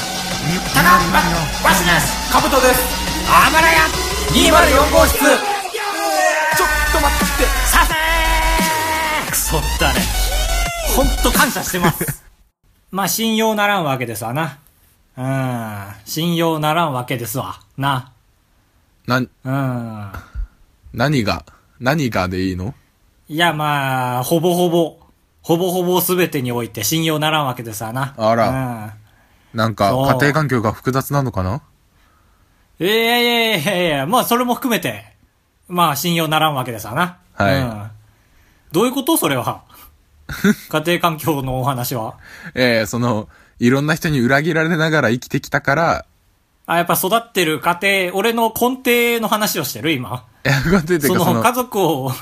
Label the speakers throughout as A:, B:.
A: 高橋わしですかぶとですあばらや204号室ちょっと待ってさせークソったねほんと感謝してますまあ信用ならんわけですわなうん信用ならんわけですわな
B: な、
A: うん
B: 何が、何がでいいの
A: いやまあほぼほぼほぼほぼ全てにおいて信用ならんわけですわな
B: あら
A: うん
B: なんか、
A: そう
B: 家庭環境が複雑なのかない
A: やいやいやいやいや、まあそれも含めて、まあ信用ならんわけですわな。
B: はい
A: うん。どういうことそれ は。家庭環境のお話は。
B: ええその、いろんな人に裏切られながら生きてきたから、
A: あ、やっぱ育ってる家庭、俺の根底の話をしてる今。
B: え、こうっていうか
A: そ
B: そ
A: の
B: の、
A: 家族を、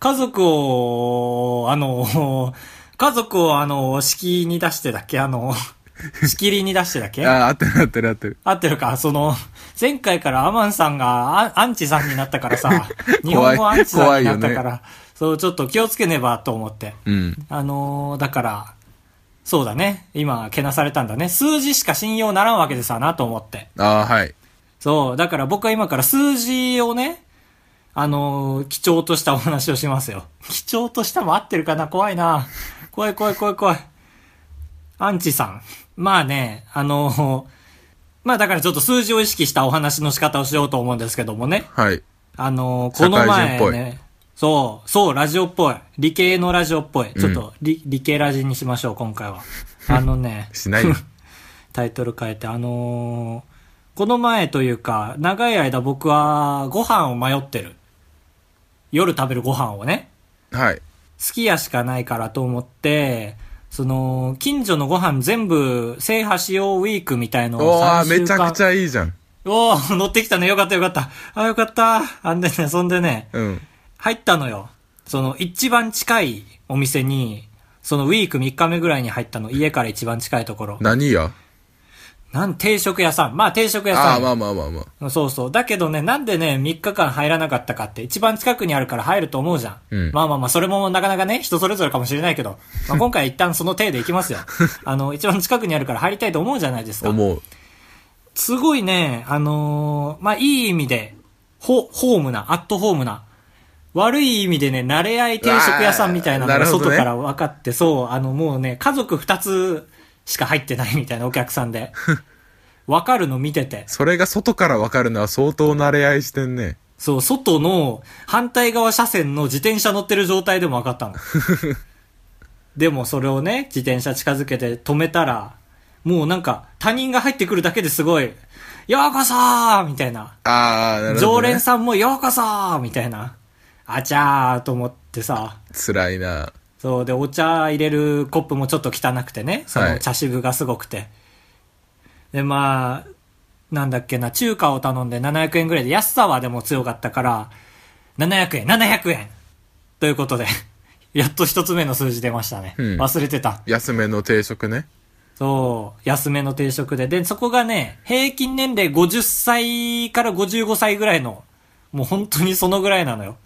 A: 家族を、あの、家族をあの、敷居に出してだっけあの、仕切りに出してだっけ
B: あ、合ってる合ってる合ってる。
A: 合ってるかその、前回からアマンさんがアアンチさんになったから さ、日本語アンチさんになった
B: 怖い
A: か
B: よ
A: ら、そう、ちょっと気をつけねばと思って。
B: うん。
A: あのーだから、そうだね。今、けなされたんだね。数字しか信用ならんわけでさなと思って。
B: ああ、はい。
A: そう、だから僕は今から数字をね、あのー、基調としたお話をしますよ。 基調としたも合ってるかな怖いな。怖い怖い怖い怖い。アンチさん。まあね、あのーまあだからちょっと数字を意識したお話の仕方をしようと思うんですけどもね。
B: はい。
A: あのーこの前
B: 社会人
A: ね、そう、そう、ラジオっぽい。理系のラジオっぽい。ちょっと理、理系ラジにしましょう、今回は。あの ね。
B: しないよ
A: タイトル変えて、あのーこの前というか、長い間僕はご飯を迷ってる。夜食べるご飯をね、
B: はい。
A: すき家しかないからと思って、その、近所のご飯全部制覇しようウィークみたいの
B: お
A: を
B: ー、
A: 3週間。
B: めちゃくちゃいいじゃん。
A: おー乗ってきたね。よかったよかった。あ、よかった。あんでね、そんでね、
B: うん。
A: 入ったのよ。その、一番近いお店に、そのウィーク3日目ぐらいに入ったの。家から一番近いところ。
B: 何や
A: なん、定食屋さん。まあ定食屋さん
B: あ
A: よ。
B: あ、まあまあまあまあ。
A: そうそう。だけどね、なんでね、3日間入らなかったかって、一番近くにあるから入ると思うじゃん。
B: うん
A: まあまあまあ、それもなかなかね、人それぞれかもしれないけど、 まあ今回一旦その体でいきますよ。あの、一番近くにあるから入りたいと思うじゃないですか。
B: 思う。
A: すごいね、あのーまあいい意味で、ホ、ホームな、アットホームな、悪い意味でね、慣れ合い定食屋さんみたいなの
B: うわ
A: が
B: ーなるほど
A: 外
B: ね
A: から分かって、そう、あのもうね、家族2つしか入ってないみたいなお客さん で、分かるの見てて。
B: それが外からわかるのは相当慣れ合いしてんね。
A: そう、外の反対側車線の自転車乗ってる状態でも分か ったの。でもそれをね、自転車近づけて止めたら、もうなんか他人が入ってくるだけですごい、ようこそーみたいな。
B: ああ、なるほど、ね。
A: 常連さんもようこそーみたいな。あちゃーと思ってさ。
B: 辛いな。
A: そう、で、お茶入れるコップもちょっと汚くてね。そ
B: は
A: の
B: い
A: 茶渋がすごくて。で、まあ、なんだっけな、中華を頼んで700円ぐらいで、安さはでも強かったから、700円、700円ということで、 やっと一つ目の数字出ましたね。
B: うん
A: 忘れてた。
B: 安めの定食ね。
A: そう、安めの定食で。で、そこがね、平均年齢50歳から55歳ぐらいの、もう本当にそのぐらいなのよ。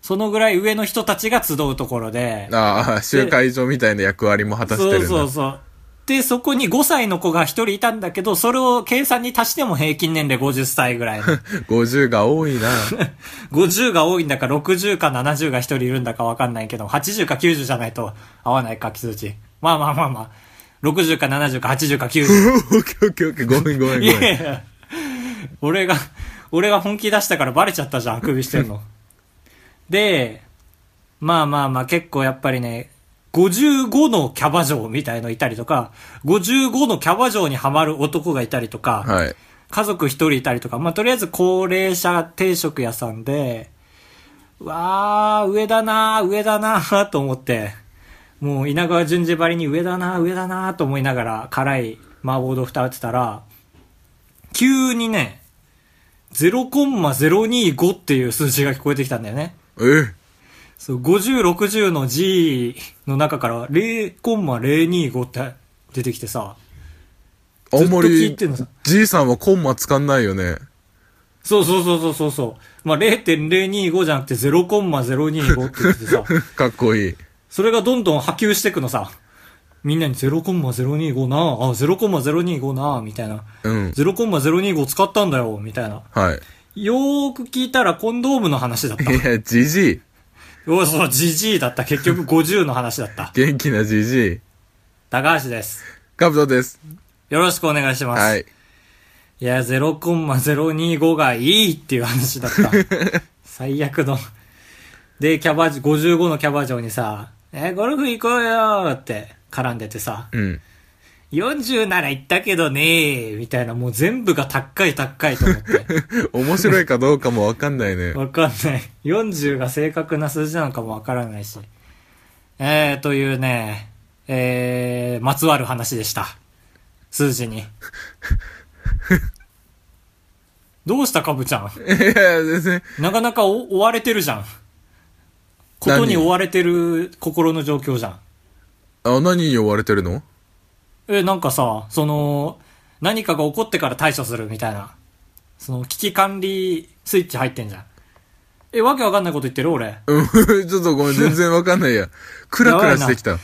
A: そのぐらい上の人たちが集うところで、
B: ああ、集会所みたいな役割も果たして
A: そ
B: るん
A: う
B: だ。
A: そうそう。で、そこに5歳の子が1人いたんだけど、それを計算に足しても平均年齢50歳ぐらい の。
B: 50が 多いな。
A: 50が多いんだか60か70が1人いるんだかわかんないけど、80か90じゃないと合わないか、数値。まあまあまあまあ。60か70か80か90。
B: オッケーオッケーオッケー、ごめんごめんご
A: い
B: めん。
A: やいや、俺が、俺が本気出したからバレちゃったじゃん、あくびしてんの。で、まあまあまあ結構やっぱりね、55のキャバ嬢みたいのいたりとか、55のキャバ嬢にはまる男がいたりとか、
B: はい。
A: 家族一人いたりとか、まあとりあえず高齢者定食屋さんで、うわー、上だなー、上だなー と思って、もう稲川淳二ばりに上だなー、上だなーと思いながら辛い麻婆豆腐食べてたら、急にね、0,025っていう数字が聞こえてきたんだよね。
B: え
A: そう、50、60の G の中から0,025って出てきてさ、
B: あん
A: ず
B: ま
A: っと聞い
B: り
A: てんのさ、
B: じいさんはコンマ使んないよね。
A: そうそうそうそうそうそう。まあ、0.025じゃなくて0.025って言ってさ、
B: かっこいい。
A: それがどんどん波及してくのさ。みんなに0.025なあ、0.025なあ、みたいな。
B: うん。
A: 0.025使ったんだよ、みたいな。
B: はい。
A: よーく聞いたらコンドームの話 だった
B: い。や、じじい。
A: おそう、ジジイだった。結局50の話だった。
B: 元気なじじい。
A: 高橋です。
B: カブトです。
A: よろしくお願いします。
B: はい。。
A: いや、0.025がいいっていう話だった。最悪の。で、キャバ、55のキャバ嬢にさ、え、ゴルフ行こうよーって絡んでてさ、
B: うん。
A: 40なら行ったけどねー、みたいな、もう全部が高い高いと思 って。
B: 面白いかどうかもわかんないね。
A: わかんない。40が正確な数字なのかもわからないし。えー、というね、えー、まつわる話でした。数字に。どうしたかぶちゃん
B: いや、全然。
A: なかなかお追われてるじゃん。ことに追われてる心の状況じゃん。
B: あ、何に追われてるの
A: え、なんかさ、その、何かが起こってから対処するみたいな。その、危機管理スイッチ入ってんじゃん。え、わけわかんないこと言ってる俺。
B: うん、 ちょっ とごめん、全然わかんないや。クラクラしてきた。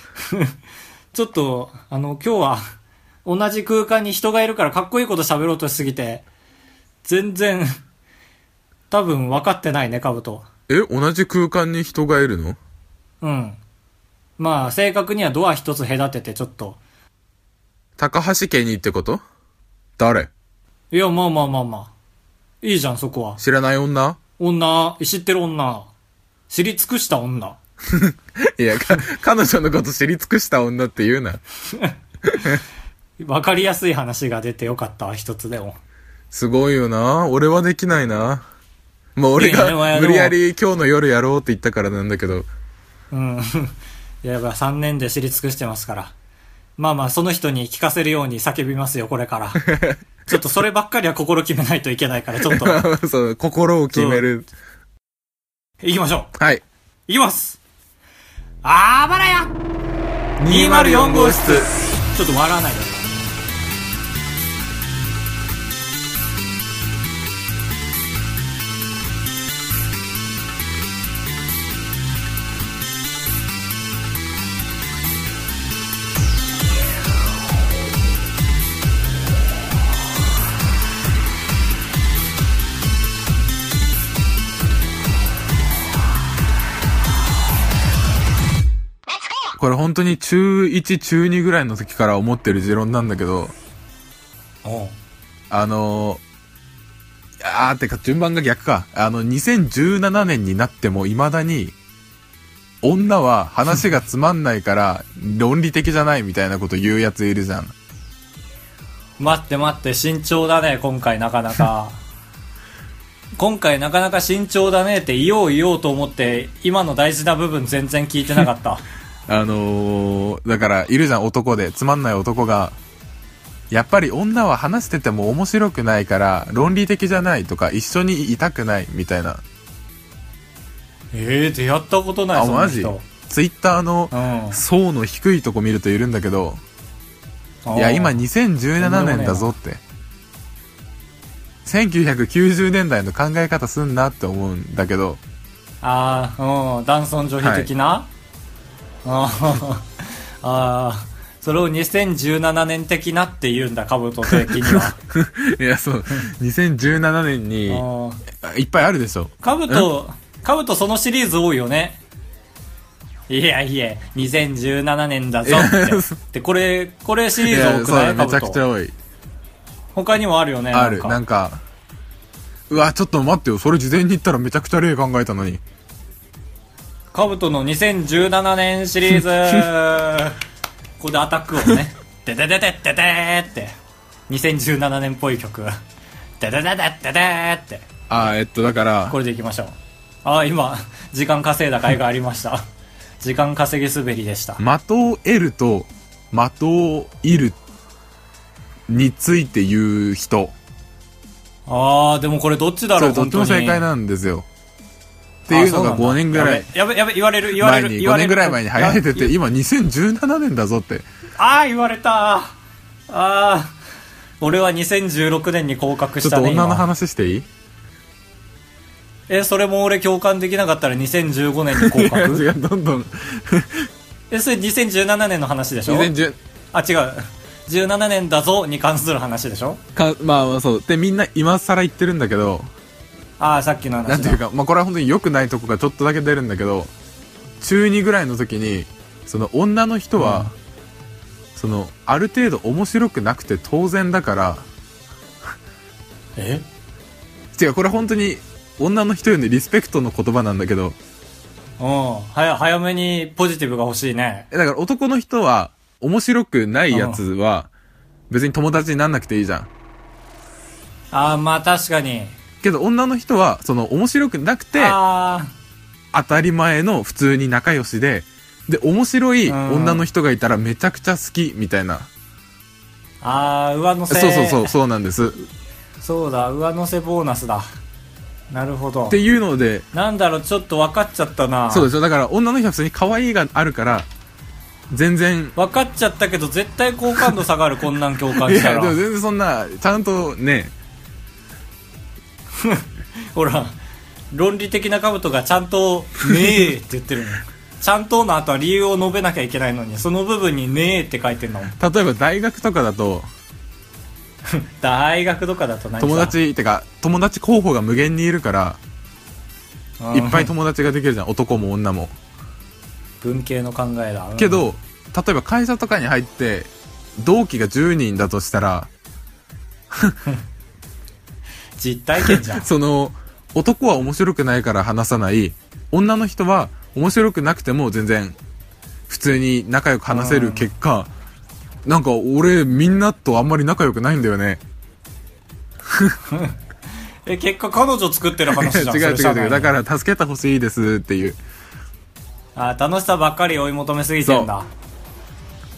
A: ちょっと、あの、今日は、同じ空間に人がいるからかっこいいこと喋ろうとしすぎて、全然、多分分かってないね、カブト。
B: え、同じ空間に人がいるの
A: うん。まあ、正確にはドア一つ隔ててちょっと。
B: 高橋家にってこと誰
A: いや、まあまあまあまあ。いいじゃん、そこは。
B: 知らない女
A: 女、知ってる女。知り尽くした女。
B: いや、か彼女のこと知り尽くした女って言うな。
A: わかりやすい話が出てよかったわ、一つでも。
B: すごいよな。俺はできないな。まあ俺
A: いやいやい
B: が
A: や
B: 無理やり今日の夜やろうって言ったからなんだけど。
A: うん。 いや、やっぱ3年で知り尽くしてますから。まあまあ、その人に聞かせるように叫びますよ、これから。ちょっとそればっかりは心決めないといけないから、ちょっと、
B: そう、心を決める。
A: 行きましょ
B: はい。
A: う。行きますあばらや !204 号室ちょっと笑わないで。
B: これ本当に中1、中2ぐらいの時から思ってる持論なんだけど、
A: おう
B: あのー、あーってか順番が逆か。あの、2017年になっても未だに、女は話がつまんな いから論理的じゃないみたいなこと言うやついるじゃん。
A: 待って待って、慎重だね、今回なかな か。今回なかなか慎重だねって言おう言おうと思って、今の大事な部分全然聞いてなかった。
B: あのー、だから、いるじゃん、男で、つまんない男が、やっぱり女は話してても面白くないから、論理的じゃないとか、一緒にいたくない、みたいな。
A: ええー、出会ったことない、
B: あ、
A: そんな
B: マジ
A: 人。
B: ツイッターの
A: う、ん。
B: 層の低いとこ見るといるんだけど、いや、今
A: あー
B: 2017年だぞって。1990年代の考え方すんなって思うんだけど、
A: あー、うん、男尊女卑的な、あーあー、それを2017年的なって言うんだ、カブト的に は。
B: いや、 そう、2017年に、
A: うん
B: いっぱいあるでしょ。
A: カブト、カブトそのシリーズ多いよね。いやいや、2017年だぞ
B: いや
A: っ
B: そ
A: て。で、これ、これシ
B: い
A: リーズ
B: や、
A: 多く
B: そう
A: な
B: だ
A: いカ
B: めち
A: ブ
B: ゃくち
A: ト。
B: ゃ多い。
A: 他にもあるよね。
B: ある。な
A: なん
B: ん
A: か
B: か、うわ、ちょっと待ってよ。それ事前に言ったらめちゃくちゃ例考えたのに。
A: カブトの2017年シリー ズここでアタックをね。ででででででーって。2017年っぽい曲。ででででででーって。
B: あーえっと、だから、
A: これでいきましょう。ああ、今、時間稼いだ甲斐がありま した。時間稼ぎ滑りでした。
B: 的を得ると、的をいるについて言う人。
A: ああ、でもこれどっちだ
B: そ
A: ろう、
B: れとっ
A: 本
B: て
A: 当
B: も
A: に。
B: 正解なんですよ。っていうの
A: あそ
B: が
A: うなんだ
B: 5年ぐらい
A: やべ、やべ、言われる、言われ
B: 前
A: る。
B: に、
A: 言わ
B: 5
A: れ
B: 年
A: る
B: ぐらい前に流行ってて、
A: いや
B: 今2017年だぞって。
A: ああ、言われた。ああ。俺は2016年に降格
B: ち
A: し
B: ょっと
A: たね。
B: 女の
A: 今
B: 話していい
A: え、それも俺共感できなかったら2015年に降
B: 違
A: 格
B: う、どんどん
A: えそれ2017年の話でしょ
B: 2010
A: あ違う17年だぞに関する話でしょ
B: か、まあまあそう。で、みんな今更言ってるんだけど、
A: ああさっきの話だ
B: なんていうか、まあこれは本当に良くないとこがちょっとだけ出るんだけど、中2ぐらいの時に、その女の人は、その、ある程度面白くなくて当然だから、
A: え
B: 違う、これ本当に女の人へのリスペクトの言葉なんだけど、
A: うん早早めにポジティブが欲しいね
B: えだから男の人は、面白くないやつは、別に友達になんなくていいじゃん。
A: ああまあ確かに
B: けど女の人は、その面白くなくて、
A: あ
B: 当たり前の普通に仲良しで、で、面白い
A: うん
B: 女の人がいたらめちゃくちゃ好き、みたいな。
A: あああ上乗せ
B: そうそうそう、そうなんです。っ
A: そうだ上乗せボーナスだなるほど
B: ていうので、
A: なんだろうちょっと分かっちゃったな
B: そうでしょ。だから女の人は普通に可愛いがあるから、全然、
A: 分かっちゃったけど絶対好感度下がる こんなん共感
B: い
A: した
B: や、で
A: ら
B: も全然そんな、ちゃんとね、
A: ほら論理的な兜がちゃんと「ねえ」って言って るのちゃんとの後は理由を述べなきゃいけないのにその部分に「ねえ」って書いてんの
B: 例えば大学とかだと、
A: 大学とかだと何さ
B: 友達、てか、友達候補が無限にいるから、
A: うん
B: いっぱい友達ができるじゃん、男も女も。
A: 文系の考えだ
B: けど、例えば会社とかに入って、同期が10人だとしたら、
A: 実体験じゃん
B: その、男は面白くないから話さない、女の人は面白くなくても全然、普通に仲良く話せる結果、なんか俺みんなとあんまり仲良くないんだよね。
A: え結果彼女作ってる
B: 違う
A: 話じゃん
B: 違う違う。だ
A: ら
B: から助けてほしいですっていう。
A: あー楽しさばっかり追い求めすぎてんだ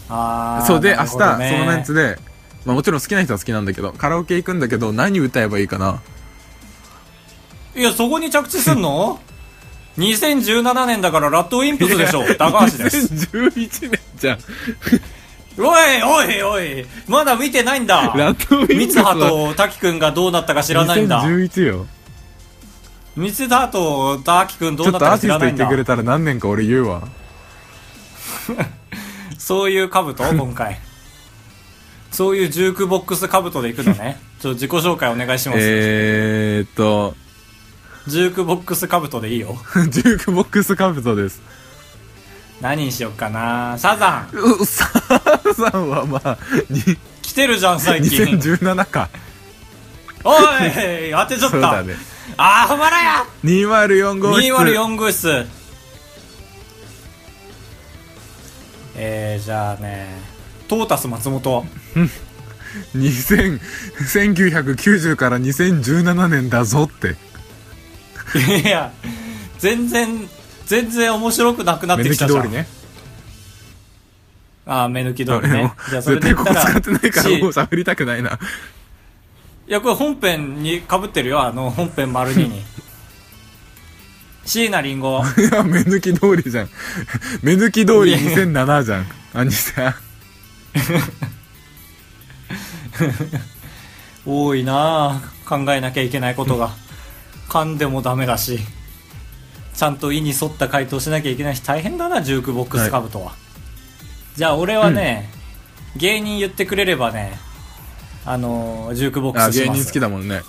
A: あー
B: そうで、
A: な
B: 明
A: るほ
B: 日、そ
A: ど
B: の
A: ね
B: メンツで、まあもちろん好きな人は好きなんだけど、カラオケ行くんだけど、何歌えばいいかな。
A: いやそこに着地すん の2017年だからラッドウィンプスでしょ高橋 です
B: 2011年じゃん。
A: おいおいおいまだ見てないんだ
B: ラッドウィンプスは
A: 三葉と滝くんがどうなったか知らないんだ
B: 2011よ。
A: 三葉と滝くんど
B: ちょ
A: うな
B: っ
A: った
B: と
A: か
B: アーテ
A: 知
B: ィ
A: らな
B: スト
A: い
B: 言
A: ん
B: って
A: だ
B: くれたら何年か俺言うわ。
A: そういう兜 今回そういうジュークボックス兜でいくのねちょっと自己紹介お願いします、
B: えーっと、
A: ジュークボックス兜でいいよ
B: ジュークボックスカブトです。
A: 何にしよっかなサザン
B: うサーさんはまあ、に
A: 来てるじゃん最近
B: 2017か。
A: おい当てちゃっ
B: そう
A: た、
B: だね。
A: あーほまらや
B: 204号室。
A: 204号室えー、じゃあねトータス松 本
B: 2000 1990から2017年だぞって。
A: いや全然全然面白くなくなっ
B: 目
A: て
B: 抜
A: き
B: き
A: たじゃん
B: 通りね。
A: ああ目抜き通りねじゃあそれ
B: 絶
A: で言
B: 対こ
A: った
B: こ
A: ら
B: 使ってないから
A: し
B: もう喋りたくないな。
A: いや、これ本編に被ってるよ、あの、本編丸2に。 椎名林檎。
B: いや、目抜き通りじゃん。目抜き通り2007じゃん。 あ、2000。
A: 多いなあ考えなきゃいけないことが。噛んでもダメだし。ちゃんと意に沿った回答しなきゃいけないし、大変だな、ジュークボックスカブとは。じゃあ、俺はね、芸人言ってくれればね、あのージュークボッ
B: あ、
A: クスし
B: 芸
A: ます。
B: 人好きだもんね。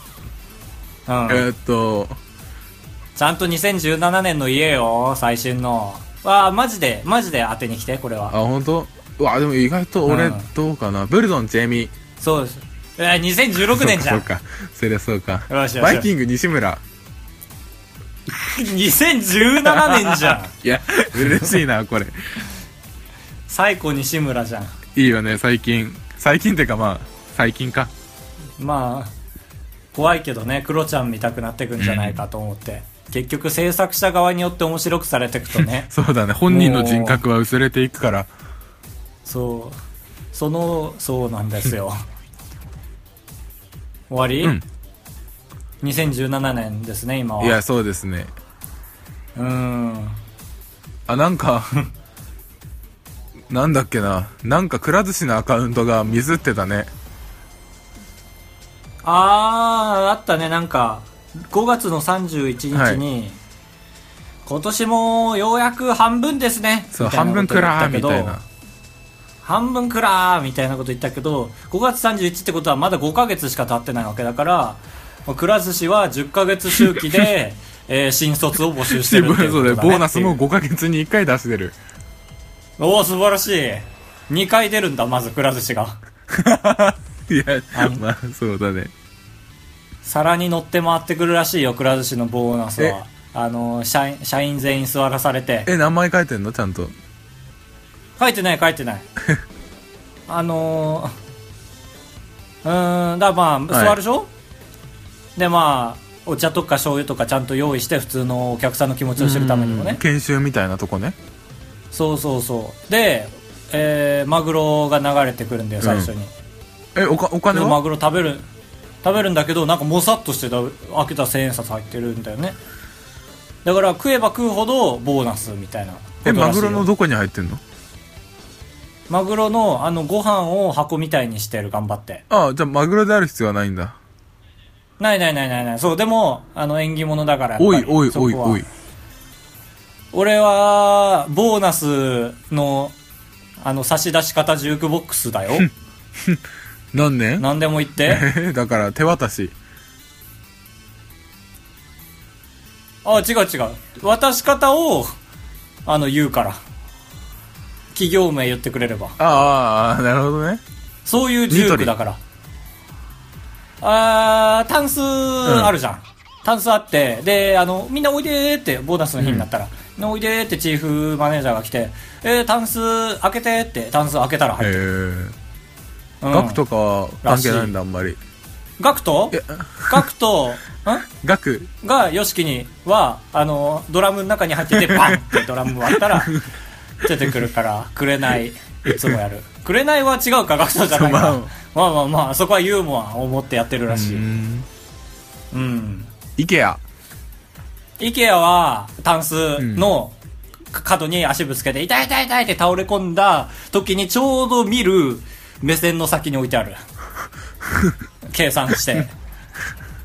A: うん
B: えーっと、
A: ちゃんと2017年の家よ、最新の。わあ、マジで、マジで当てに来て、これは。
B: あ、本当？うわ、でも意外と俺
A: うん
B: どうかな。ブルドン、ジェイミー。
A: そうです。えー、2016年じゃ
B: そ
A: ん
B: う。か。そりゃそうか。
A: よしよし
B: バイキング、西村。
A: 2017年じゃん。
B: いや、嬉し いな、これ。
A: 最古西村じゃん。
B: いいよね、最近。最近ってかまあ、最近か。、
A: まあ、怖いけどね、クロちゃん見たくなってくんじゃないかと思って。結局制作者側によって面白くされてくとね
B: そうだね、本人の人格は薄れていくから。
A: そう、その、そうなんです よ。終わり、
B: うん
A: ?2017 年ですね、今は。
B: いや、そうですね。
A: うーん。
B: あ、な んか、なんだっけな。なんか、くら寿司のアカウントがミスってたね。
A: あー、あったね、なんか、5月の31日に、今年もようやく半分ですね
B: そう、
A: みたい
B: 半
A: な
B: 分
A: こと
B: く
A: 言っ
B: らー
A: たけ
B: み
A: ど
B: たいな。
A: 半分くらーみたいなこと言ったけど5月31ってことはまだ5ヶ月しか経ってないわけだからもうくら寿司は10ヶ月周期 で、えー新卒を募集してるっていうこ
B: そう
A: とだ、
B: だ
A: ね
B: よ、、ボーナスも
A: っていう
B: 5ヶ月に1回出してる。
A: おお素晴らしい2回出るんだまずくら寿司が
B: いや、まあ、そうだね。
A: 皿に乗って回ってくるらしいよくら寿司のボーナスはあの社員社員全員座らされて
B: え、名前書いてんのちゃんと。
A: 書いてない書いて ないあのー、うーんだからまあ
B: はい
A: 座るでしょ、でまあお茶とか醤油とかちゃんと用意して普通のお客さんの気持ちを知るためにも
B: うん
A: ね
B: 研修みたいなとこね。
A: そうそうそうで、えーマグロが流れてくるんだよ最初に、
B: え、おか、お
A: で
B: 金
A: マ
B: は
A: グロ食べる食べるんだけどなんかもさっとしてた開けた千円札入ってるんだよねだから食えば食うほどボーナスみたいなことら
B: え、
A: しいよ
B: マグロのどこに入ってんの
A: マグロのあのご飯を箱みたいにしてる頑張って
B: ああ、じゃあマグロである必要はないんだ。
A: ないないないないないそうでもあの縁起物だからやっぱり
B: おいおい
A: そこ
B: おい
A: は
B: おい。
A: 俺はボーナスのあの差し出し方ジュークボックスだよ
B: 何年
A: 何でも言って
B: え、だから手渡し。
A: あ違う違う渡し方をあの言うから企業名言ってくれれば
B: あーあー、なるほどね。
A: そういうジュークだからあータンスあるじゃん、タンスあってであのみんなおいでーってボーナスの日になったら、みんなおいでーってチーフマネージャーが来て「えー、タンス開けて」ってタンス開けたら入ってる、
B: え
A: う
B: え。
A: ん
B: 額とかは関係ないんだ、あんまり。
A: ガクトガクトん
B: 額、
A: が YOSHIKI にはあのドラムの中に入 っててバンってドラム割ったら出てくるから「くれない」いつもやる「くれない」は違うかガクトじゃないか
B: そう
A: まあまあまあそこはユーモアを持ってやってるらしい
B: うん。
A: うん
B: イケア。
A: IKEA はタンスの角に足ぶつけて痛い痛い痛いって倒れ込んだ時にちょうど見る目線の先に置いて ある計算して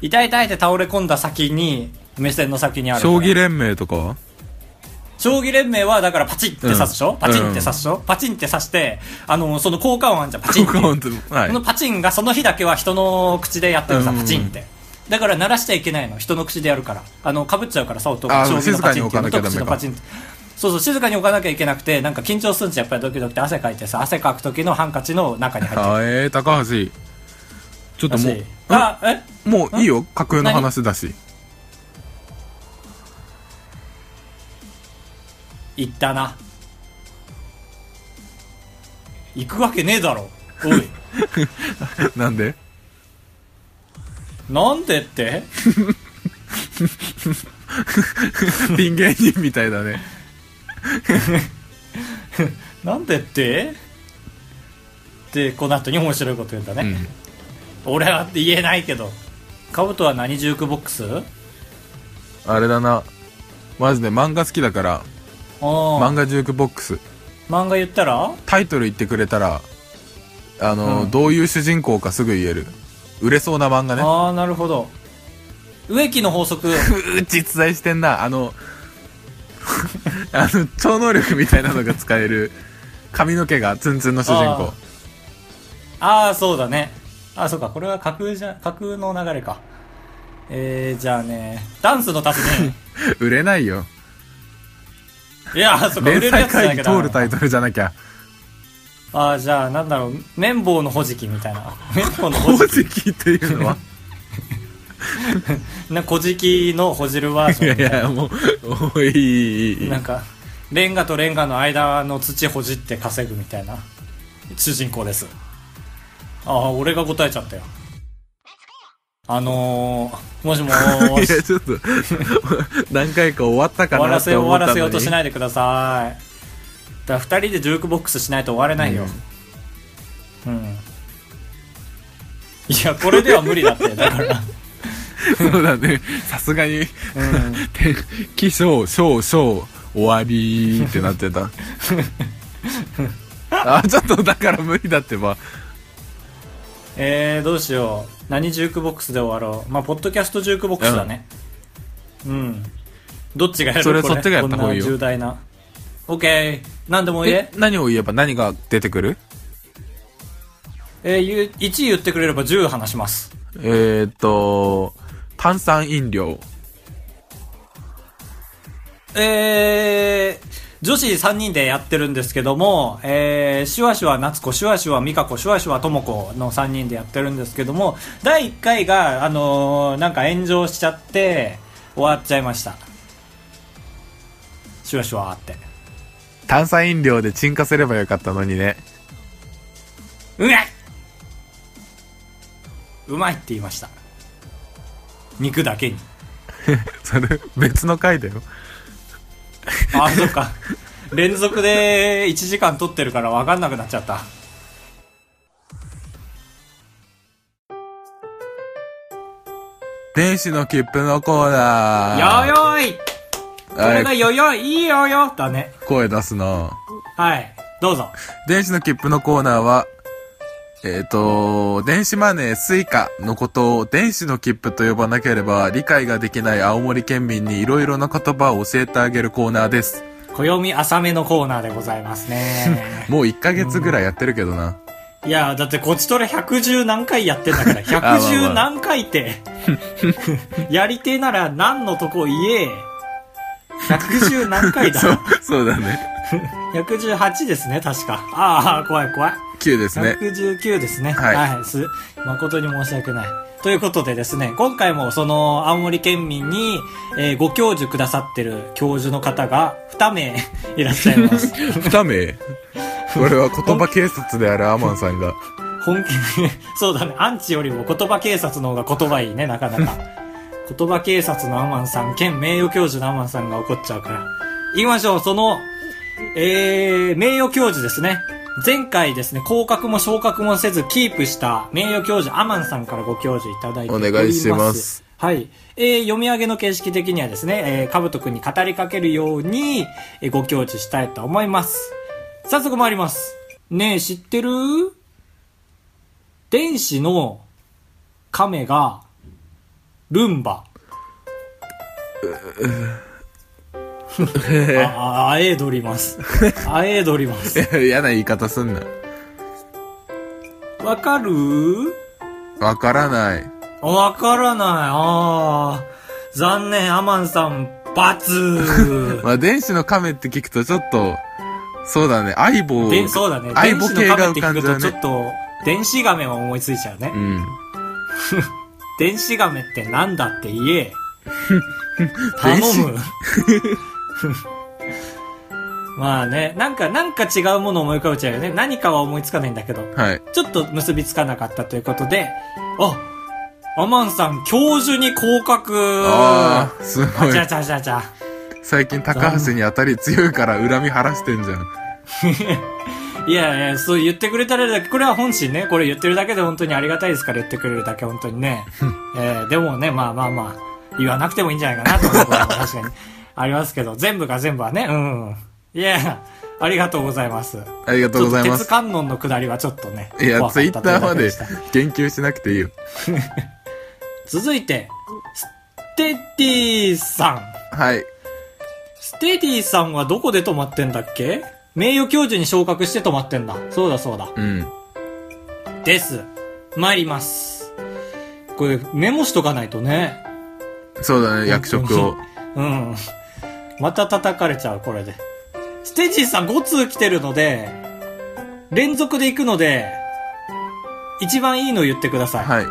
A: 痛い痛いって倒れ込んだ先に目線の先にある
B: 将棋連盟とかは
A: 将棋連盟はだからパチンって刺すでしょ、
B: うん
A: パチンって刺すでしょ、パチンって刺してあのその効果音あんじゃんパチンって
B: 僕は本当にはい
A: この。パチンがその日だけは人の口でやってるさ、
B: うん
A: パチンって。だから鳴らしちゃいけないの、人の口でやるから。あの、被っちゃうからさ、音
B: あ
A: が。
B: ー
A: 将棋のパチンっていうのと
B: 静かに置かなきゃダメか
A: 口のパチンって。そうそう、静かに置かなきゃいけなくて、なんか緊張するんじゃんやっぱりドキドキって汗かいてさ、汗かく時のハンカチの中に入ってる
B: あーえー、高橋。ちょっと
A: らし
B: も
A: い。
B: う、ん
A: あ、え
B: もういいよ、架空の話 だし。
A: 行ったな。行くわけねえだろ。お い。
B: な んで
A: なんでって
B: ピン芸人みたいだね。
A: なんでってで、この後に面白いこと言うんだね。
B: うん。
A: 俺は言えないけどカブトは何ジュークボックス
B: あれだな。マジで漫画好きだから、
A: 漫
B: 漫画ジュークボックス。
A: 漫画言ったら
B: タイトル言ってくれたら、あの、
A: うん
B: どういう主人公かすぐ言える。売れそうな漫画ね。
A: ああなるほど植木の法則
B: うー実在してんな。あの、 あの、超能力みたいなのが使える、髪の毛がツンツンの主人公
A: あ。ああそうだねああそうかこれは架空じゃ架空の流れかえー、じゃあねダンスの達 人
B: 売れないよ。
A: いやーそうか売
B: 連
A: れる
B: 載
A: やつじゃな
B: 会
A: いけ
B: 議通るタ
A: ど
B: イトルじゃな きゃ。
A: ああじゃあなんだろう綿棒の乞食みたいな綿棒の
B: ほ
A: 乞
B: じきっていうのは
A: 食な小食のほじるバージ
B: い
A: ョ
B: や
A: ンみ
B: い
A: たいな
B: や、もう、 おいい、いい、いい
A: なんかレンガとレンガの間の土ほじって稼ぐみたいな主人公ですああ俺が答えちゃったよあのー、も しもー
B: い
A: し
B: や、ちょっと、何回か終わったか
A: 終わ
B: な
A: ら
B: って
A: せ終
B: 思
A: わ
B: った
A: ら
B: のに。
A: せようとし
B: い。
A: ないでくださいだから2人でジュークボックスしないと終われないようん、いやこれでは無理だってだ から
B: そうだね。さすがに、
A: うん
B: 天気象、小、小、終わりってなってた。あ、ちょっとだから無理だってば。
A: えー、どうしよう何ジュークボックスで終わろうまあポッドキャストジュークボックスだねうん、どっちがやる
B: それ
A: こ
B: そっちがやった方がいいよ
A: こんな重大な。オッケー。なんでもいい
B: え
A: え。
B: 何を言えば何が出てくる
A: えー、ゆ1言ってくれれば10話します。
B: えーっと、炭酸飲料。
A: えー、女子3人でやってるんですけども、えー、シュワシュワ夏子、シュワシュワ美香子、シュワシュワ智子の3人でやってるんですけども、第1回が、あのーなんか炎上しちゃって、終わっちゃいました。シュワシュワって。
B: 炭酸飲料で沈下すればよかったのにね。
A: うまいうまいって言いました。肉だけに。
B: それ、別の回だよ。
A: あ、そっ か。連続で1時間撮ってるから分かんなくなっちゃった。
B: 電子の切符のコーナ
A: よ
B: ー。
A: よーいこ
B: あ
A: れ
B: れ
A: がよよい、いいよよだね。
B: 声出すな
A: はい。どうぞ。
B: 電子の切符のコーナーは、えっ、と、電子マネー、スイカのことを電子の切符と呼ばなければ理解ができない青森県民にいろいろな言葉を教えてあげるコーナーです。
A: 暦浅めのコーナーでございますね。
B: もう1ヶ月ぐらいやってるけどな。
A: いや、だってこっちとれ110何回やってんだ から、
B: あまあま
A: 110
B: あ
A: 何回って。 やりてえなら何のとこ言え。110何回 だ。
B: そう、そうだね。
A: 118ですね、確か。ああ、怖い怖い。
B: 9ですね。
A: 119ですね。
B: はい
A: はい。す、誠に申し訳ない。ということでですね、今回もその青森県民に、えーご教授くださってる教授の方が2名いらっしゃいます。
B: 2名。これは言葉警察であるアマンさ んが。
A: 本気で、 そうだね、アンチよりも言葉警察の方が言葉いいね、なかなか。言葉警察のアマンさん、兼名誉教授のアマンさんが怒っちゃうから。言いましょう、その、えー、名誉教授ですね。前回ですね、降格も昇格もせずキープした名誉教授アマンさんからご教授いただいております。
B: お願いします
A: はい。えー、読み上げの形式的にはですね、えー、かぶとくんに語りかけるように、えーご教授したいと思います。早速参ります。ねえ、知ってる電子の亀が、ルンバ。あ、ああえどります。あえどります。
B: 嫌な言い方すんな。
A: わかる
B: わからない。
A: わからない。ああ。残念、アマンさ ん、罰
B: まあ、電子の亀って聞くとちょっと、そうだね、相棒。
A: で、そうだね。
B: 相
A: 電
B: 棒
A: 子
B: 系
A: の
B: が
A: 亀って
B: 浮か
A: 聞
B: んじ
A: くと
B: ゃう
A: ちょ
B: ね。
A: っと、電子亀は思いついちゃうね
B: う。ん。
A: 電子亀ってなんだって言 え。頼
B: 電子
A: む。 まあね、なんか、なんか違うものを思い浮かべちゃうよね。何かは思いつかないんだけど。
B: はい。
A: ちょっと結びつかなかったということで、あ、アマンさん、教授に降格。
B: ああ、すご
A: あ
B: い
A: ち。ゃちゃちゃちゃ。
B: 最近高橋に当たり強いから恨み晴らしてんじゃん。
A: いやいや、そう言ってくれたらだけ、これは本心ね。これ言ってるだけで本当にありがたいですから言ってくれるだけ本当に ね。えー、でもね、まあまあまあ、言わなくてもいいんじゃないかなと思うことも 確かにありますけど、全部が全部はね、うん。いや、ありがとうございます。あ
B: ありがとうございま
A: 鉄
B: す。
A: 観音のくだりはちょっとね。
B: いや
A: 怖、か
B: ツ
A: っ
B: イッ
A: た
B: ターま
A: という
B: で
A: だけした
B: 言及しなくていいよ。
A: 続いて、ステディさん。
B: はい。
A: ステディさんはどこで泊まってんだっけ名誉教授に昇格して泊まってんだ。そうだそうだ。
B: うん。
A: です。参ります。これ、メモしとかないとね。
B: そうだね、役職を。
A: うん。また叩かれちゃう、これで。ステージさん5通来てるので、連続で行くので、一番いいの言ってください。
B: はい。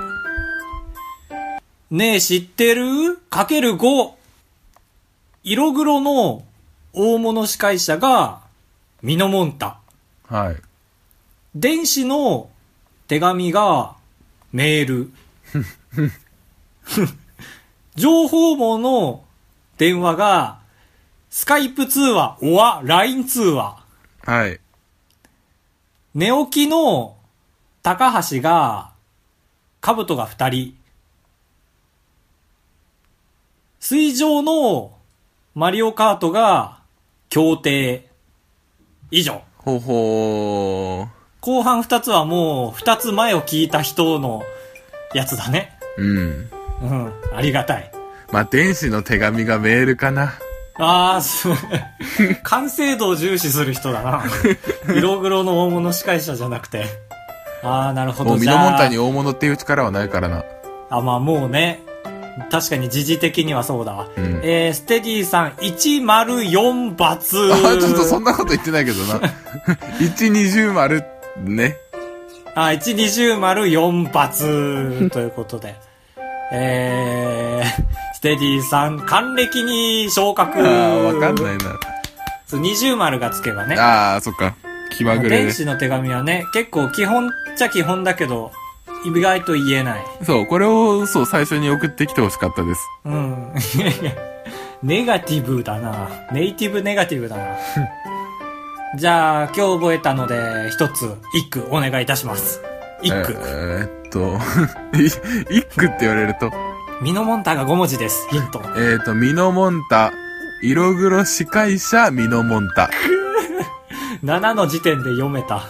A: ねえ、知ってるかける5。色黒の大物司会者が、ミノモンタ。
B: はい。
A: 電子の手紙がメール。情報網の電話がスカイプ通話、おわ、LINE 通話。
B: はい。
A: 寝起きの高橋が、兜が二人。水上のマリオカートが協定。以上。
B: ほほ
A: 後半二つはもう二つ前を聞いた人のやつだね。
B: ー。うん。
A: うん。ありがたい。
B: まあ、電子の手紙がメールかな。
A: ああ、す 完成度を重視する人だな。色黒の大物司会者じゃなくて。ああ、なるほ
B: も
A: ど。
B: うミ
A: じ
B: ノモン
A: ゃ
B: タ
A: あ
B: に大物っていう力はないからな。
A: あ、まあもうね。確かに時事的にはそうだわ。
B: ん
A: えー、ステディさん、104罰。
B: あ、ちょっとそんなこと言ってないけどな。120丸、ね。
A: あ、12004発ということで。 えー、ステディさん、還暦に昇格。
B: あーわかんないな。
A: そう20丸がつけばね。
B: あー、そっか。気まぐれ
A: 天
B: で。
A: 使の手紙はね、結構基本っちゃ基本だけど、意外と言えない。
B: そう、これを、そう、最初に送ってきてほしかったです。
A: うん。 いやいや、ネガティブだな。ネイティブネガティブだ な。じゃあ、今日覚えたので、一つ、一句お願いいたします。一句。
B: えーっと、 い一句って言われると、
A: ミノモンタが5文字です。ヒント。
B: えーっと、ミノモンタ、色黒司会者ミノモンタ。
A: 7の時点で読めた。